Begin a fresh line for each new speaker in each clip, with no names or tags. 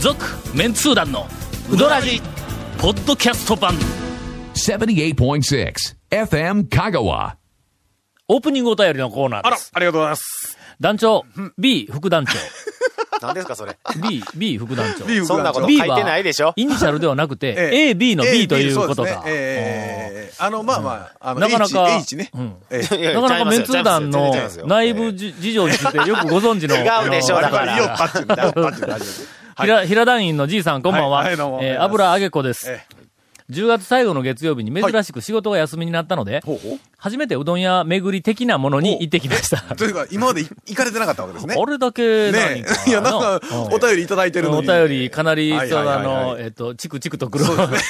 続メンツー団のウドラジポッドキャスト版
78.6 FM Kagawa.
オープニングお便りのコーナー
あ
で
ら
す、
ありがとうございます。
団長 B 副団長
何ですか、それ。
B B 副団長
B
そんなこと
B
書いてないでしょ
はイニシャルではなくて、
ええ
AB の
A
B ということ
そうです
か
ね。ええあの、まあまあ、あの、
なかなか
H, H ね。
うん
ええ
いやいや
なかなかメンツー団の
ちゃいますよちゃいますよ
内部じ事情についてよくご存知の。
違うでしょ
あの
だか
い
ら
いよ、パッチンだ。パッチン大丈夫。はい。
平平団員のじいさん、こんばんは。
はいはいどうも
えー油揚げ子です、
え
10月最後の月曜日に珍しく仕事が休みになったので、
ほうほう。
初めてうどん屋巡り的なものに行ってきま した。
というか、今までい行かれてなかったわけですね。
あれだけ何
ね
か、
いや、なんか
の、
お便りいただいてるの
お
に。
便り、かなり、
はい
そ
はい
の、
は
あ
いはい
の、えっと、チクチクと来る。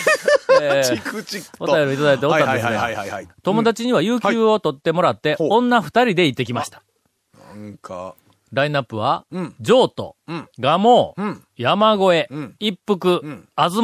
えー
チクチクと。
お便りいただいておったんですが
はいはいはいはいはい。
友達には有給を取ってもらって、
ほう
女二人で行ってきました。
なんか、
ラインナップは、
うん
譲渡、
うん
蒲生、
うん
山越え、
うん
一服、
ん
東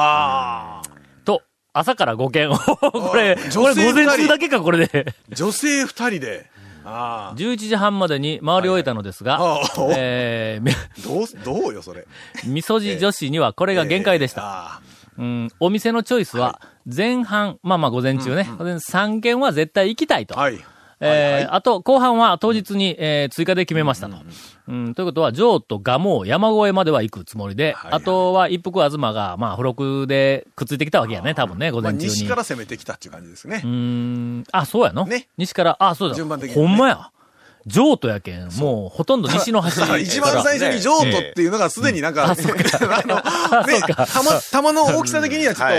あ
と、朝から5件。 これ、
あ
これ
女性
午前
二
中
人
だけか、これで。
あ、女性二人で。あ
11時半までに回り終えたのですが、
はいはいああ
えーみ
あ、どう、どうよ、それ。
みそじ女子にはこれが限界でした。
た。
うん、お店のチョイスは、前半、まあまあ午前中ね、3軒は絶対行きたいと。
はい。
えーあと、後半は当日に、えー追加で決めましたと。うんということは、上と蒲生、山越えまでは行くつもりで、
はいはい
あとは一服東が、まあ、付録でくっついてきたわけやね、多分ね、午
まあ、
前中に。
西から攻めてきたっていう感じですね。
うーん、あ、そうやの、
ね
西から、あ、そうだ。
順番的に
ほ
ね
んまや。上都やけん、もうほとんど西の端
だから一番最初に譲渡っていうのがすでになんか、 あの、ね、玉、玉の大きさ的にはちょっ
う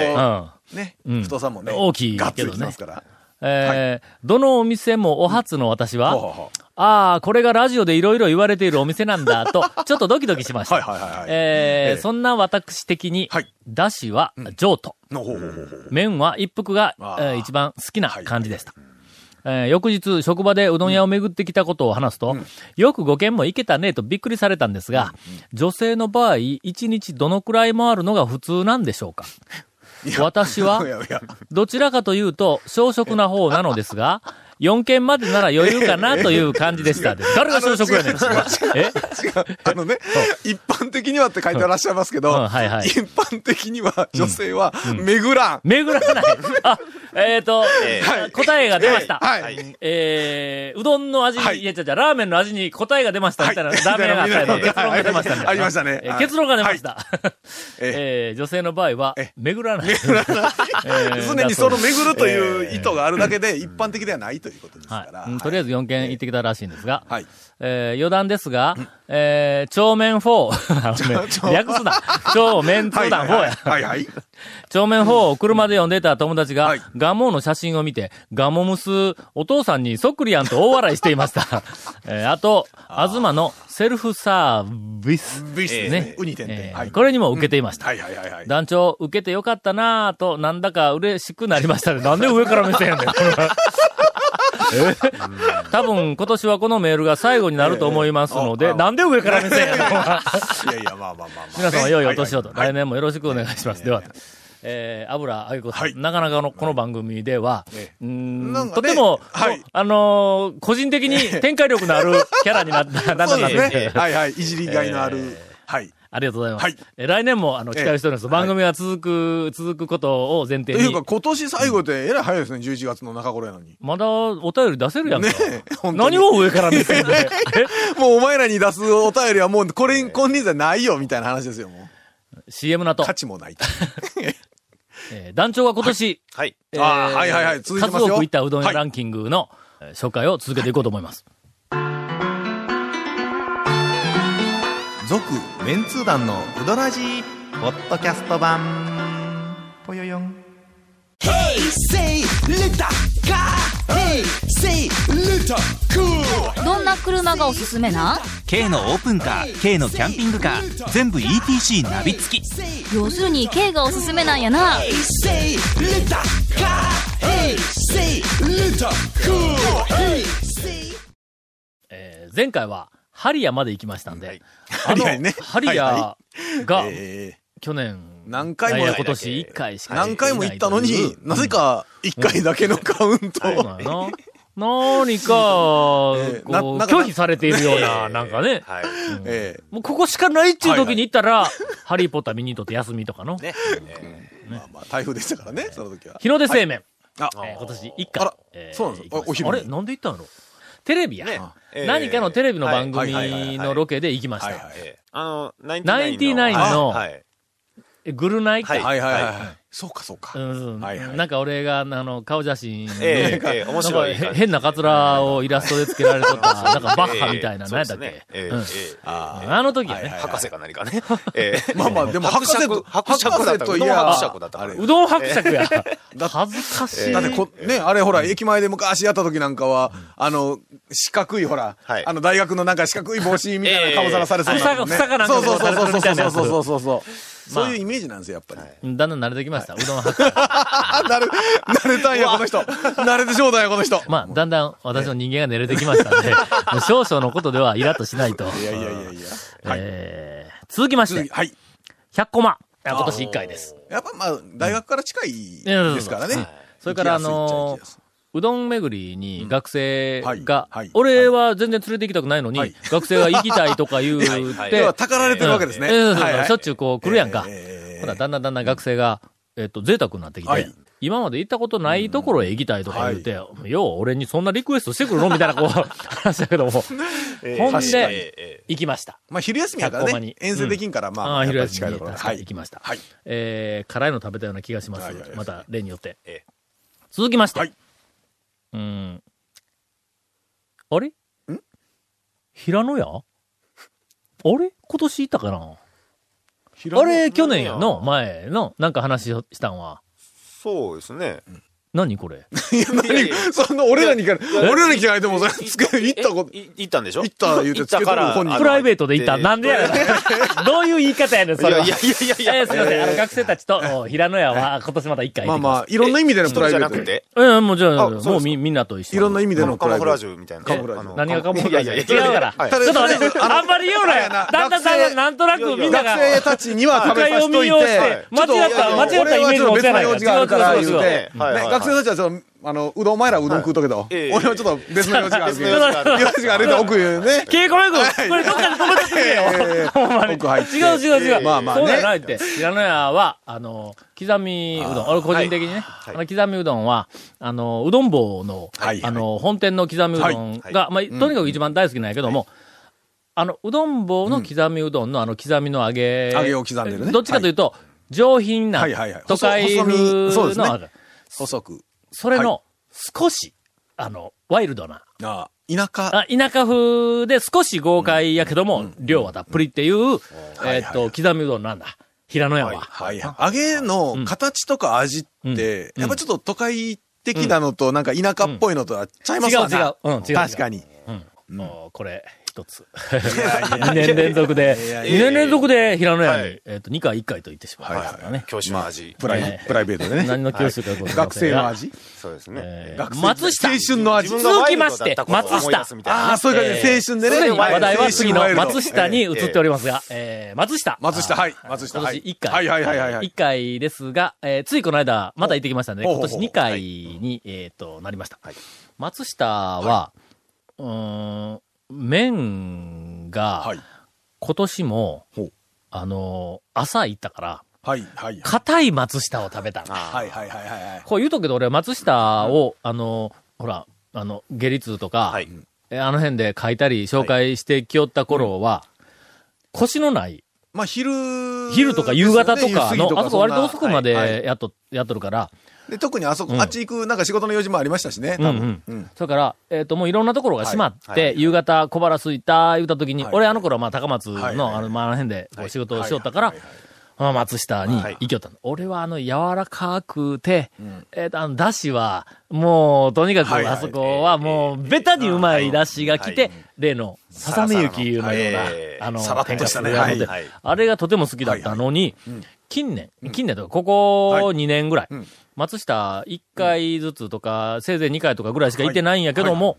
ん。
と、ね、
うん
太さもね、
大きいけどね
ガッツリきますから。
えーどのお店もお初の私は、
ほうほうほう
ああ、これがラジオでいろいろ言われているお店なんだ と、ちょっとドキドキしました。
はいはいはいはい
えー
ええ
そんな私的に、
はい
だしは上都、
のほうほうほうほう。
麺は一服が、え
あ
ー
ー
一番好きな感じでした。えー翌日、職場でうどん屋を巡ってきたことを話すと、よく5軒も行けたねとびっくりされたんですが、女性の場合、1日どのくらい回るのが普通なんでしょうか私はい
やいや、
どちらかというと、小食な方なのですが、4軒 までなら余裕かなという感じで した。誰が小食やねん。え
あのね、一般的にはって書いてらっしゃいますけ
う
ど、
んはいはい
一般的には女性は、巡らん。
巡らない。あ、えっ、と、
はい
答えが出ました。
はい。
えー、うどんの味に、、
はいい
や、じゃじゃラーメンの味に答えが出ましたみたいな、
はい
ダメがあったよと
み
結
たい
論
な
が出ましたみたいな
ありましたね
えー
はい
結論が出ました。
え
えー女性の場合は
え、
巡らない。えー
常にその
だうです
巡るという意図があるだけで、一般的ではないということですから。
はいうん。とりあえず4件行ってきたらしいんですが、
はい
えー余談ですが、えー、長面4、あのね 略すな。長面
は
通
い
談4や。
はいはいはいはい。
長面4を車で読んでた友達が
はい、
ガモの写真を見て、ガモムス、お父さんにそっくりやんと大笑いしていま した。えーあと、東のセルフサービス。
ビスですね。ウニ点
え
々。
ー
はい
これにも受けていました。
はいはいはいはい。
団長、受けてよかったなぁと、なんだか嬉しくなりま したね。なんで上から目線やねん、これはえ多分、今年はこのメールが最後になると思いますの
ええ
で、
あ
なんで上から目線やねん、これは
いやいや、まあまあまあまあ。
皆様、良いお年をと、
はいはい
来年もよろしくお願いします。では、えー、油揚げ子さん、
はい
なかなかの、この番組では、
え
うーん
なん
と
かね
ても、
はい
あのー個人的に展開力のあるキャラに なった、なった
そう
な
で
ん
す
です
ね。はいはい。いじりがいのある。はい。
ありがとうございます。
はい
えー来年も、あの、期待しております。
ええ
番組は続く、続くことを前提
という
に
か、。今年最後でえらい早いですね、11月の中頃やのに。
まだお便り出せるやんか。
ねえ本当に
何を上から見せ るんだよ
もうお前らに出すお便りはもう、これ、金輪際ないよ、みたいな話ですよ、もう。
CM の後
価、値もない。
えー団長が今年、
はい。
えー
あーはいはいはい続いて
数
ますよ
多くいたうどん屋
はい
ランキングのえー紹介を続けていこうと思います。
続メンツー団のウドラジーポッドキャスト版ぽよよん
Say Luta Ka Hey Say Luta Cool
どんな車がおすすめなん
K のオープンカー K のキャンピングカー全部 ETC ナビ付き
要するに軽がおすすめなんやな
Say Luta Ka Hey Say Luta Cool Hey Say
えー前回は、ハリアまで行きましたんで、あ
ハリ
の
アね
ハリ
はい
アが
え
去年、
何回も
いや今年1回しか
ー何回も行ったの
行って
に
いという
なぜか1回だけのカウント
そうなんやな。 何か、
ええな
こう、
なんか
拒否されているような、なんかね。
はい。
ええ
もうここしかないっていう時に行ったら、ハリーポッター見にとって休みとかの。
ね。
まあまあ、台風でしたからね、その時は。
日の出製麺。
あ、
えー今年一
あ
巻
ら。
えー
そうなんです
行きました
あお昼
あ
に
れなんで行ったんだろうテレビや、
ねえー
何かのテレビの番
はいはいはいは
組
い
のロケで行きました。
はいはい
ええあの、99
99の
はい。
えグルナイか。
はい
はいはいはい
は
はい。そうかそう
う
か。
ん
はいはい
なんか俺が、あの、顔写真
え
で、
えええ、面白い
なん
感
か
じ。
変なカツラをイラストで付けられとった、なんかバッハみたいな、何やっ
ええ
たっ
そうですね
け、
ええ
うん
ええ
あ
あの時はね、
はいはい
博士か何 かね。ええ
まあまあ、でも
伯
伯爵
爵、、伯爵だった。
と
う
い
どん
や、
伯爵だったか
あ
ら
れ。
うどん伯爵や。恥ずかしい。
だってこ、ね、あれほら、駅前で昔やった時なんかは、あの、四角いほら
はい、
あの、大学のなんか四角い帽子みたいな顔さらされそうなのね。
ええええええ
そうそう
房が
そう
房がなんかこう垂れてるみたいな
そう
やつ
そうそうそうそう。そういうイメージなんですよ、やっぱり。
うんだんだん慣れてきました、うどん伯爵。
あ、なる、慣れたんや、この人。慣れてしょうだんや、この人。
まあ、だんだん私の人間が寝れてきましたん で、もう少々のことではイラッとしないと。
いやいやいやいや。
えー続きまし
次、
て、
はい。
100コマ。あ今年1回です。
やっぱまあ、大学から近い
うん
ですからね
うん。それから、あの
行きやすいっちゃ行きやすい、
うどん巡りに学生
うん
が
はいはい、
俺は全然連れて行きたくないの
は
に
い、
学生が行きたいとか言うて、
はいはい
要は、たかられてるわけですね。
うんうんそうそう
はいはい
しょっちゅうこう来るやんか。
ええええええ
ほら、だんだんだんだん学生が、えっと、贅沢になってきて、
はい
今まで行ったことないところへ行きたいとか言って、よう、俺にそんなリクエストしてくるのみたいな、 こう、話だけども。ほん
確かに
で、行きました。
まあ、昼休みやか
100コマ
ら
に
ね、遠征できんから、ま
あ
あ、
あ、
やっ
昼休み
ぱり近いと
に
こ
確
ろは
かに
い
行きました。
はい
えー、辛いの食べたような気がします。
はいはいはい
また、例によって。
ええ
続きまして。
はいう
ーん。あれん平野屋あれ今年行ったかなあれ、去年やの、前の、なんか話をしたんは。
そうですね。
何これ
いや、何そんな、俺らに聞かれ、俺らに聞かれても、それ、つけ、行ったこと、
えい行ったんでしょ
行 った言うて
行ったから。
つけとく本人
あの
プライベートで行ったなんでやねん どういう言い方やねん、
い
そ
や
れ
い
は。
やいやいやいや。
えーすいません。あの、
え
学生たちと、お平野屋は、今年また一回
ま
行っ
あ
てきま
ますあ、いろんな意味でのプライベー
そうじゃなく
トで。
て
うんうん、もうじゃあ、
あそうですか
もうみ、みんなと一緒
いろんな意味での
カ
プラ
モ
イベー
フラー
ト。
ジュみたいな。
カモ
フラージュ
あの
何がカモフラージュ
いやいやいや
違うから
はい
ちょっと待って、あんまり言うなよ。
あの
だんだんだんだん、
学生
なんとなくみんなが、
学生たちには食べさせとい
深読みをして
て、ちょっと
間違った
いや
間違っ
いや
たイメージのお茶やないか
俺はちょっと別の用事があるから言うて、
そうそうそうそう
ね
はいはいはい
学生たちはその、あの、うどん、お前らうどん食うとけど、
ええ
俺はちょっと別の用事があるけど、
別の用事がある
用事があると奥へね。
稽古よく、これどっかで止めてくれよ。
ええ
ほんまに。
奥入って
違う違う違う。
ええ
まあまあね
そうじゃないって。平野屋は、あの、刻みうどん。俺個人的にね、
い
あの刻みうどんは、あの、うどん坊の、
はい
あの、本店の刻みうどんが、まあ、とにかく一番大好きなんやけども、あの、うどん坊の刻みうどんの、あの、刻みの揚げ。
揚げを刻んでるね
どっちかというと、上品な、
はいはいはい
都会
細細身そう
風
ですね
の揚げ。
細く。
それの、少し、あの、ワイルドな、
ああ、田舎。
あ田舎風で少し豪快やけども、量はたっぷりっていう、えーっ
はいはいは
と、刻みうどんなんだ。平野屋は。
はいはい。揚げの形とか味って、
うん
やっぱちょっと都会的なのと、なんか田舎っぽいのとはちゃいます
違う
わ
違う
な。。
うん、違う。
確かに。
に。もう、これ、一つ。2年連続で、2年連続で平野屋
は
に、えーっと、2回1回と言ってしまいましたからね。
教師の味。
プライ、プライベートでね。
何の教室かございま
学
せん
生
が
の。味
そうですね。
えー
学生
松下
青春の味
自。分がワイルドだった頃を思い出すみたいな
ああ、そういう感じで、
えー
青春でね。
すでに話題は次
青
の
春ワイルド
松下に移っておりますが、えー松下。
松下、
あー
はい。松下、
今
は
年
い。
1回。
はいはいはいはいはい。
1回ですが、えーついこの間、また行ってきましたので、
お
今年2回に、えーっと、なりました。松下は、うーん、麺が
は、い。
今年も
ほう、
あのー、朝行ったから、
はいはい。
硬い松下を食べたの。
あー
はいはいはいはい。
こう言うとくけど、俺は松下を、あのー、ほら、あの、下痢痛とか、
はい。
えーあの辺で書いたり紹介してきよった頃は、腰のない、
まあ昼、
昼とか夕方とかの、あそこ割と遅くま
はいは
で
い
やっと、やっとるから、
で、特にあそこ、
うん
あっち行く、なんか仕事の用事もありましたしね、多
う
分。うん
うんん。それから、えっ、と、もういろんなところが閉まって、
はいはい
夕方小腹空いた、言った時に、
はい
俺あの頃はまあ高松の、
はいはい
あの、まああの辺でこう
はい
仕事をしよったから、まあ松下に行きよったの。俺はあの、柔らかくて、えっ、と、あの、だしは、もう、とにかく
はいはい
あそこはもう、ベタにうまいだしが来て、例の、ささみゆきのような
はいはい、
あの、
さらっとした
天か
ね
すが
はいはい
あれがとても好きだったのに、近年、近年とか、ここ2年ぐらい、
うん
松下1回ずつとか、せいぜい2回とかぐらいしか行ってないんやけども、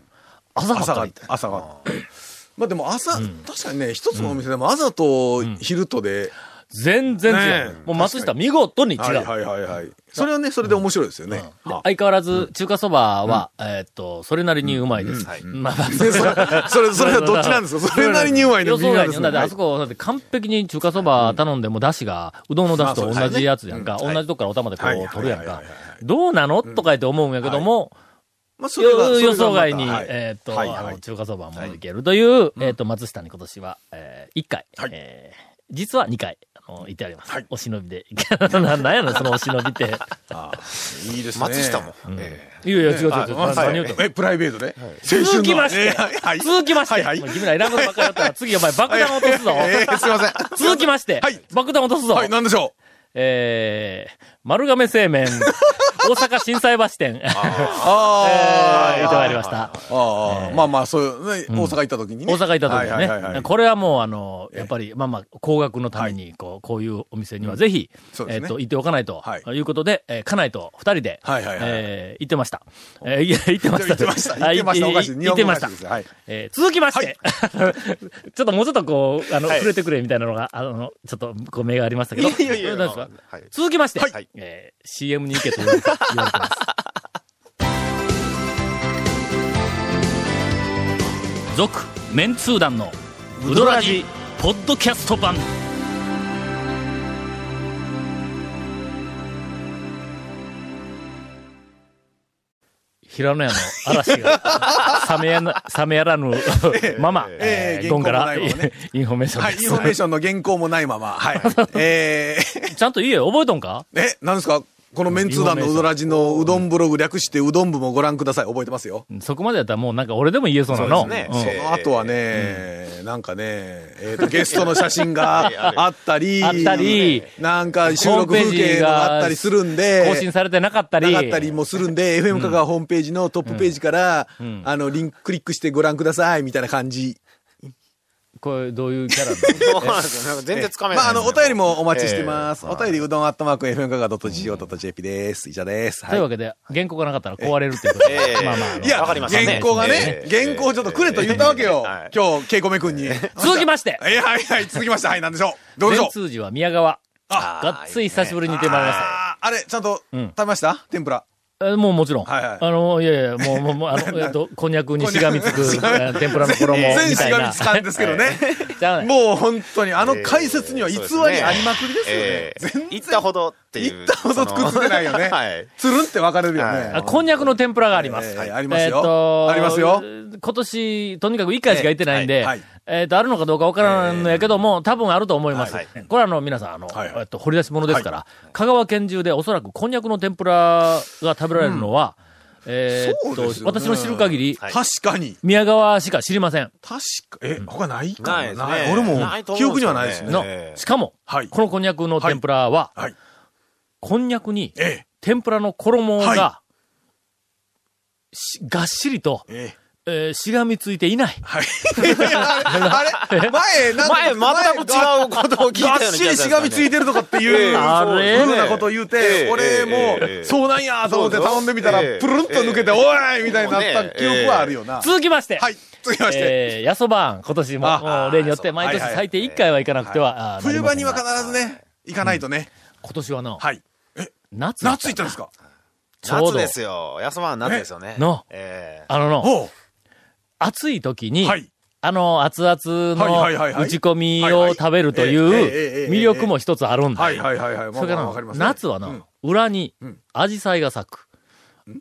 朝ばっ
朝
か
が
り行って、
朝が。まあでも朝、確かにね、一つのお店でも朝と昼とで、
全然違う。
ねえ
もう松下見事に違う。
はいはいはいはい。それはね、それで面白いですよね。
で
は
相変わらず、中華そばは、えーっと、それなりにうまいです。まあまあ、それ
あそれ、それはどっちなんですかそれなりにうまいの
予
微
想
妙
外
で
に。
す
だ
ね
ってあそこ、だって完璧に中華そば頼んでも、出汁が、うどんの出汁と同じやつやんか。
まあそうですねうん
同じとこからお玉でこ
はいう
取るやんか
はいはいはいはいは。
どうなのとか言って思うんやけども、
まあそれはそれがまた
予想外に、
はい
えーっと、
はいはい
あの中華そばもいけるという、えーっと、松下に今年は、え1回、えー実は2回、あの、行ってあります。お忍びで。 ななんやのそのお忍び って。
いいですね。
松下も。。
いやいや、違う違う違う。何
はい
何言うとん
え、プライベートで
続きまして
青春のはいはい
続きまして、
はいはい
もう君ら選ぶのばっかりだったら、次お前爆弾落とすぞ。
えーすいません。
続きまして、
はい
爆弾落とすぞ。
はい、なんでしょう
えー、丸亀製麺、大阪震災橋店、
あ
えー行ってまいりました。
ああ、まあまあ、そういうね、大阪行った時にね。
大阪行った時
は
に
いはいはいは
ね。
い
これはもう、あの、やっぱり、まあまあ、高額のために、こう、こういうお店にはぜひ
そ、うで
え
す
っ
ね
と、行っておかないと
はい、
いうことで、えー家内と二人で、
はいはいはい
えー行ってました。えーいや、行ってました。
行ってました行ってました
あ
おかしい日
行っ
本
て
語
ま
お
し
かしたいです。はい
えー続きまして、 ちょっともうちょっとこう、あの、
はい
触れてくれみたいなのが、あの、ちょっと、こう、目がありましたけど。
いやいやいや
どうですか
はい
続きまして、
はい
えー CM に行けと言われて言われてます。続、メンツー団の、ウドラジ、ポッドキャスト版。平野屋の嵐が、冷めや な、冷めやらぬまま、
ええ
えーゴンから、
原稿もないままね
インフォメーション
は
で
い、
す
インフォメーションの原稿もないまま。 はい。えー
ちゃんと言えよ、覚えとんか
え、なんですかこのメンツー団のうどらじのうどんブログ略してうどん部もご覧ください。覚えてますよ。
そこまでやったらもうなんか俺でも言えそうなの。
そうですね
ん
そう
その後はね、なんかね、えーと、ゲストの写真
あれあ
が
れ
あったり、
あったり
なんか収録風景があったりするんで、
更新されてなかったり。
なかったりもするんで、FM 香川ホームページのトップページから、あの、リンククリックしてご覧ください、みたいな感じ。
これどういうキャラな
そうなんですよなんか全然つかめ
ま
ない。
あ、あの、お便り。もお待ちしてます。
ええ
お便り、うどんアットマーク、FM 香川 .co.jp です。以上です。
のという
は
わ
い。
けで、原稿がなかったら壊れるっていうことで。
え え
まあまああの
いや、
わかりましたね
原稿がね
え、え
原稿をちょっとくれと言ったわけよ。
ええ
今日、ケイコメ君に。
続きまして、
はいはいはい、続きまして、はい、なんでしょう。どうでしょ
全
う。
通寺は宮川。
あ
がっつい久しぶりに出てまいりました。
あーあれ、ちゃんと
うん
食べました天ぷら。
えもうもちろん。
はいはい
あの、いやいや、もう、もうもう、あの、えっと、こんにゃくにしがみつく、えー天ぷらの衣みたいな。
全しがみつかんですけど ね
じゃあね。
もう本当に、あの解説には偽りありまくりですよね。
えー行ったほどっていう。。
言ったほどくっつけないよね
はい。
つるんって分かれるよね。
はい
あこんにゃくの天ぷらがあります。
えーはいありますよ
えーと
ありますよ
今年、とにかく一回しか行ってないんで、え
えーはい
ーと、あるのかどうかわからんのやけども、多分あると思います。
はい
これはあの、皆さん、あの、
はいはい
えっと、掘り出し物ですから、香川県中でおそらくこんにゃくの天ぷらが食べられるのは、えーっ
そう
と、
ですよね
私の知る限り、
はい
確かに。
宮川しか知りません。
確か、え、他ないか
ないですね
俺も
ないと思
記
うん
憶
です
に
よね
はないですね。
の、
えー
しかも、
はい
このこんにゃくの天ぷらは、
はい。
こんにゃくに、
え
天ぷらの衣が、
は
しがっしりと、
え。ええ。
えーしがみついていない。
はい。あれあれ前、なんか
前、全く違うことを聞い
がった
ような気が
しりしがみついてるとかっていう、
あ
そう
れ
いうふうなことを言うて
え、え
俺
え
も、
え
そうなんやと思って
そうそう
頼んでみたら、
ええ
プルンと抜けて、
ええ
おいみたいになった記憶はあるよな。
続きまして、
はい、続きまして。
えー、ヤソバーン、今年も、
あ
もう例によって毎年
はいはい
最低1回は行かなくては、あー
冬場には必
なりま
ずね、行かないとね。
せんが今年はの、
はい。
夏。
夏行ったんですか
ちょう
夏
ど
ですよ。安間は夏ですよね。
の
え
あのの、
おう
暑い時に、
はい。
あの、熱々
はいはいはい
の
はい
打ち込み
はいは
を
い
食べるとい
えええええ
う
え
魅力も一つあるんだ。
はいはいはいはい。ま
そ
あ
れか
ま
ら
あ
の
わかりますね
夏は
うん
の、裏に
ん、
アジサイが咲く。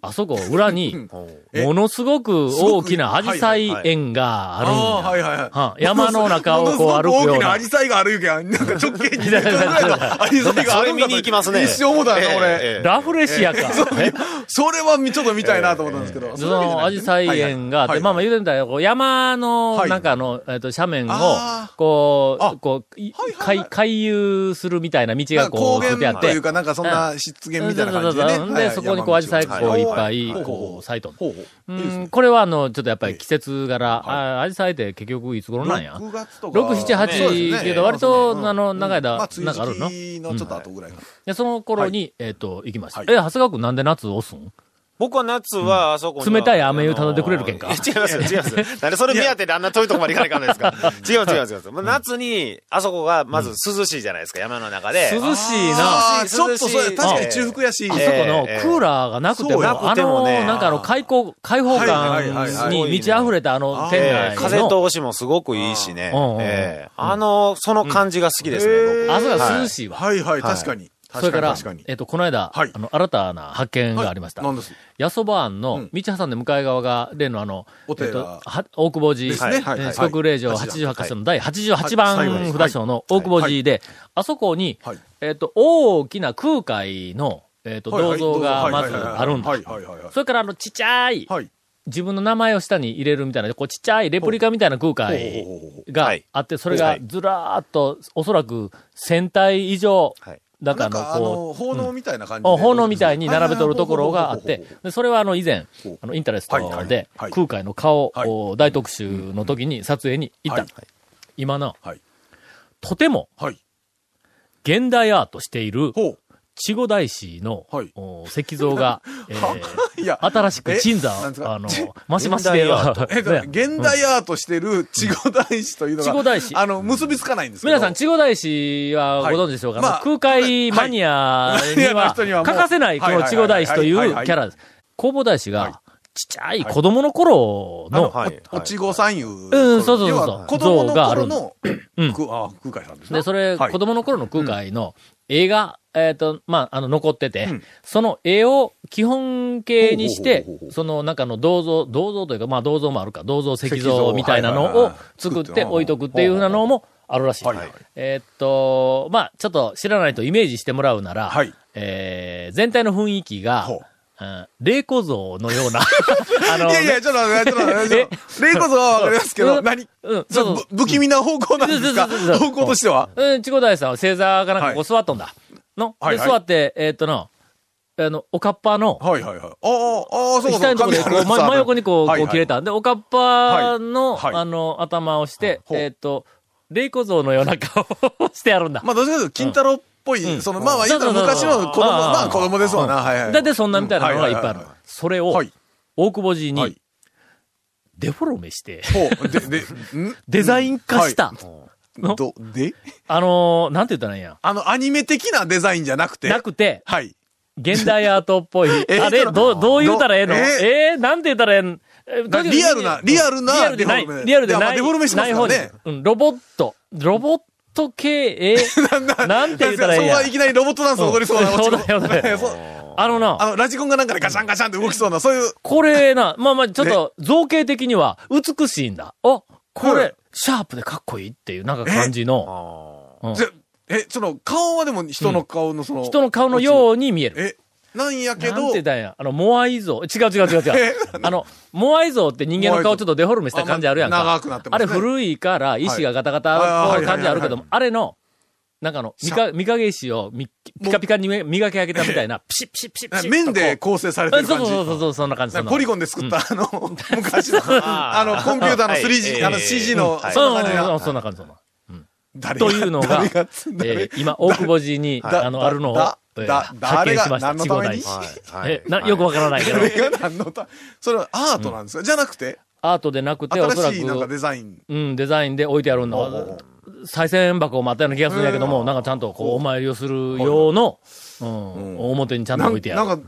あそこ、裏に、
ーほう
え
ものすごく大きなア
すごく
ジサイ
はいはいはい
園があるんだ。
ああ、はいはい
は
はいい。
山の中をこう
ものすごく
歩くような
大きなアジサイが歩くやん。なんか直径2メートルぐらいのアジサイが
そ
ある
れ
ん
見
だ
に行きますね。
一生思った
え
な、
え
俺。
ええ
ラフレシアか。ね
それはみちょっと見たいなと思ったんですけど。
その、アジサイ園があって、まあまあ
あ、
言うてみたら、こう山の、
はい
なんかあの、えっと、斜面を
あ、
こ
あ
う、こう、い
はいはいは
回
い
回遊するみたいな道
な
が
んか
こう、
高
作ってあ
原
っ
と
て
い。うか、なんかそんな湿原みたいな感じで
うんうん
ね。
でそこにこうアジサイがこういっぱい、こう、咲いとん
ほうほう。
う
いいです
ん
ね
これはあの、ちょっとやっぱり季節柄、あアジサイって結局いつ頃なんや
6月とか。
?6、7、
そうです
8、
ね
けど割と、あの、長い
まあ
間、、
梅
なんかあ
雨
るの
時期のちょっと後ぐらいかな。
でその頃に、えっと、行きました。
はい
え、長谷川くんなんで夏押すん
僕は夏はあそこには
冷たい雨湯頼んでくれるけんか
あのーいや違います、違います。なんでそれ目当てであんな遠いとこまで行かないかんないですか。違う違う違う。まあ夏に、あそこがまず涼しいじゃないですか、山の中で。
涼しいな。
あ
あ
ーちょっとそれ、確かに中腹やし。
あそこ
え
のク
ええ
ーラーがなくても、
そうよ
あ
なくても
の、
ね
なんかあの、開放、開放
は
感
いはいはいはい
に満ち溢れたあの、店
え
内
え風
の、
通しもすごくいいしね。
うんうんうん
ええあの、その感じが好きですね、
うん
僕
あそこが涼しいわ。
はいはい、確かに。
それ
確
か
かに
ら
確かに、。
えっと、この間、
はい
あの、新たな発見
はい
がありました。
何です
ヤソバーンの
ん
道挟んで向かい側が、例のあの、
お寺
えっとは大久保寺、
ですね
えー
はいはい
四国霊場
はい
88所の第88
はいはい
番札所の大久保寺で、あそこに
はい、
えっと、大きな空海の、えっと、
はいは
銅
い
像がまず
はいはいはい
あるんだ
はい。はいはいはい
それから、あの、ちっちゃい、
はい。
自分の名前を下に入れるみたいな、こうちっちゃいレプリカみたいな空海
ほうほうほうほ
が
はい
あって、それがずらーっと、おそらく1000体以上
はい、
だ
な
か
ん
ら
か、
あ
あ
の、こ
の、奉納みたいな感じ
う、
で。
うん炎みたいに並べとるところがあっ
はい
て
はいはい、
でそれはあの、以前
う、
あの、インタレス
はいは
ト
い
で
はい
空海の顔
はい
を大特集の時に撮影に行っ
は
た
い。
今の
はい、
とても
はい。
現代アートしている、
ほ
稚語大師の、
はい
お石像 が、えー
う。いや、
新しく鎮座
えなんです、か
あの
ち、
マシマシで、
現代アー
ね
えっと、現代アートしてる、稚語大師というのが、
稚語大師
あの、結びつかないんですけど
皆さん、、稚語大師はご存知でしょうか、
はい
空海マニアに
はいマニア
は
の人にはもう
欠かせないこの稚語大師というキャラです。弘法大師が、ちっちゃい子供の頃
あの
の、
はい。
お稚語三遊。うん
そうそうそうそう
要は、子供の頃の、
うん
くあ空海さんですね。
で、それ、
はい
子供の頃の空海の映画、えっ、と、まあ、あの、残ってて、その絵を基本形にして
ほうほうほうほ、う
その中の銅像、銅像というか、まあ、銅像もあるか、銅像石
石像
像みたいな
はいはい
の
は
を
い
作っ
作って
て置いとくっていうふうなのもあるらしい。
はいはい
えっと、まあ、ちょっと知らないとイメージしてもらうなら、
はい
えー全体の雰囲気が
ほう、
うん霊小像のよう な、あの
いやいや、ちょっと待って、ちょっと待ってちょっと待って。霊こそはわかりますけ
う
ど、
ん
何
うん、
ち
そう
ょ
そ
っ
う
とぶ不気味な方向なんですか
そうそうそうそう
方向としては
うん、チコ大さんは正座かなんかこ
は
う
い
座っとんだ。の、
はい
で、
はい
座って、えーっとな、あの、おかっぱの、
はいはいはい。ああ、ああ、そうか
下
そう
のところでこう、ま真横にこう、こう切れ
た。
た。で、おかっぱの、
はいはい
あの、頭をして、
ほう
えーっと、霊小像のような顔をしてあるんだ。
まあ、どっちかというと、金太郎っぽい、その、まあまあ、言うたら昔
そう
の子
そうそう
供、
ああ
まあ子供ですわな。はいはい。
だってそんなみたいなのがいっぱいある
うんはいはいはいは。
それを
はい、
大久保寺
は
に
い、
デフォルメして、
ほう、で、で、ん
デザイン化した。 の
ど、で
あのー、なんて言ったらいいんや。
あの、アニメ的なデザインじゃなくて。
なくて、
はい。
現代アートっぽい。
えー
あれ、どう、どう言うたらええの
ど
えー、なんて言ったらええんえーとにかく
リアルなリアルな
リアルでない
デフォル。メ
リアルで
いや
な
ま
い。
あデフォルメしま
な
す
い
か
方
ら
に
ね。
うん、ロボット。ロボット系、え ーなんて言ったらええ
そ
ん
う
や
はいきなりロボットダンス踊りそうな、
うんそうだよね
そう
あのな、
あの、ラジコンがなんかでガシャンガシャンって動きそうな、そういう、
これな、まあまあ、ちょっと造形的には美しいんだ。あ、こ
う
れ
ん、
シャープでかっこいいっていう、なんか感じの、うん
じゃえ、その、顔はでも人の顔のその、
人の顔のように見える。
え、なんやけ
なん
ど
て言っ、たんや。あの、モアイ像。違う違う違う違う。あの、モアイ像って人間の顔ちょっとデフォルメした感じあるやんか。
あま長くなってますね
あれ古いから、石がガタガタの感じあるけども、あれの、なんかあの、みか、みかげ石をみピカピカにめ磨き上げたみたいな、ピ シッピシッピシッピシッとこう。
面で構成されて
うん
る
そう
感
そう
じ。
そうそう、そんな感じ。
なんかポリゴンで作った、あ の、昔の、あの、コンピューターの
はい
3G、
えー
あの CG の、
はい
そ
そ
ん
ん
な
な
感
感
じ
じ
うん
が、
そんな感じ。そんな感
誰
じという のが、え
誰誰
ー今、大久保寺に、
だ
あの、あるのを、
だ
えー
だ
発見しました。
誰が何のために
地方大師
はい
えなよくわからないけど、
誰が何のた、それはアートなんですかじゃなくて、
アートでなくて、おそら
新
く
しい、なんかデザイン。
うん、デザインで置いてあるんだ。再銭箱を待ったような気がするんやけども、なんかちゃんとこう、お参りをする用の、うん、表にちゃんと
な
置い
ん
てある。
か、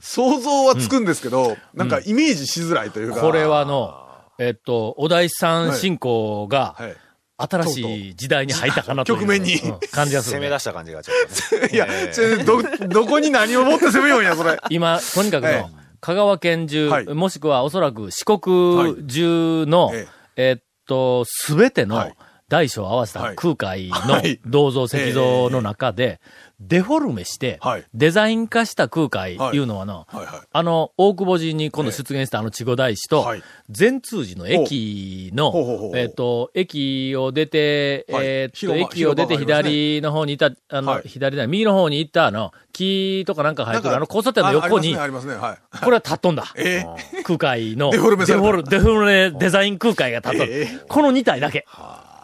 想像はつくんですけど、なんかイメージしづらいというか。
これはの、えっと、お大師さん信仰が、
はい。
新しい時代に入ったかなという。
局面に
うん感じがす
攻
る
め
ね、
出した感じがちょっと ね。
いや、
ええ
ちょど、どこに何を持って攻めようんや、それ。
今、とにかく
え
の、香川県中、
はい
もしくはおそらく四国中の、
はいえ
えっと、すべての
はい
大小合わせた
はい
空海
は
の
い
銅像、石像の中で、デフォルメして
はい、
デザイン化した空海
はい
いうのはの、
はいはい。
あの、大久保寺に今度出現したあの稚語大師と
はい、
善通寺の駅
ほうほうほう
の
ほ、う
えっと、駅を出て、
はい
えっと、
広場
駅を出て
広場があり
左の
ますね
方にいた、あの、
はい
左だ、右の方に行ったあの、木とかなんか生えてる
な
あ
ん
の
か
交差点の横に、
ああ
こ
りますね、ありますね、はい。
れは立っとんだ。
え
空海の
デフォルメされた
デフォルデフォルメデザイン空海が立っとる
え
この2体だけ。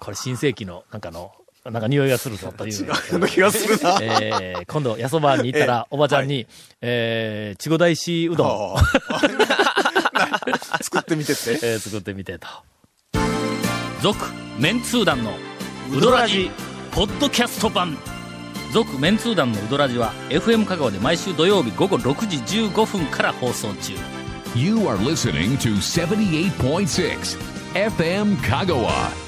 これ新世紀の、なんかの、なんか匂いがするぞという。
そんな気がするな。
えー、今度、やそばに行った ら、おばちゃんに、えー、ちごだいし うどん、
ああ 作ってみてって。
えー作ってみてと。続、メンツー団の、ウドラジ、ポッドキャスト版。続、メンツー団のウドラジは、FM 香川で毎週土曜日午後6時15分から放送中。
You are listening to 78.6 FM Kagawa.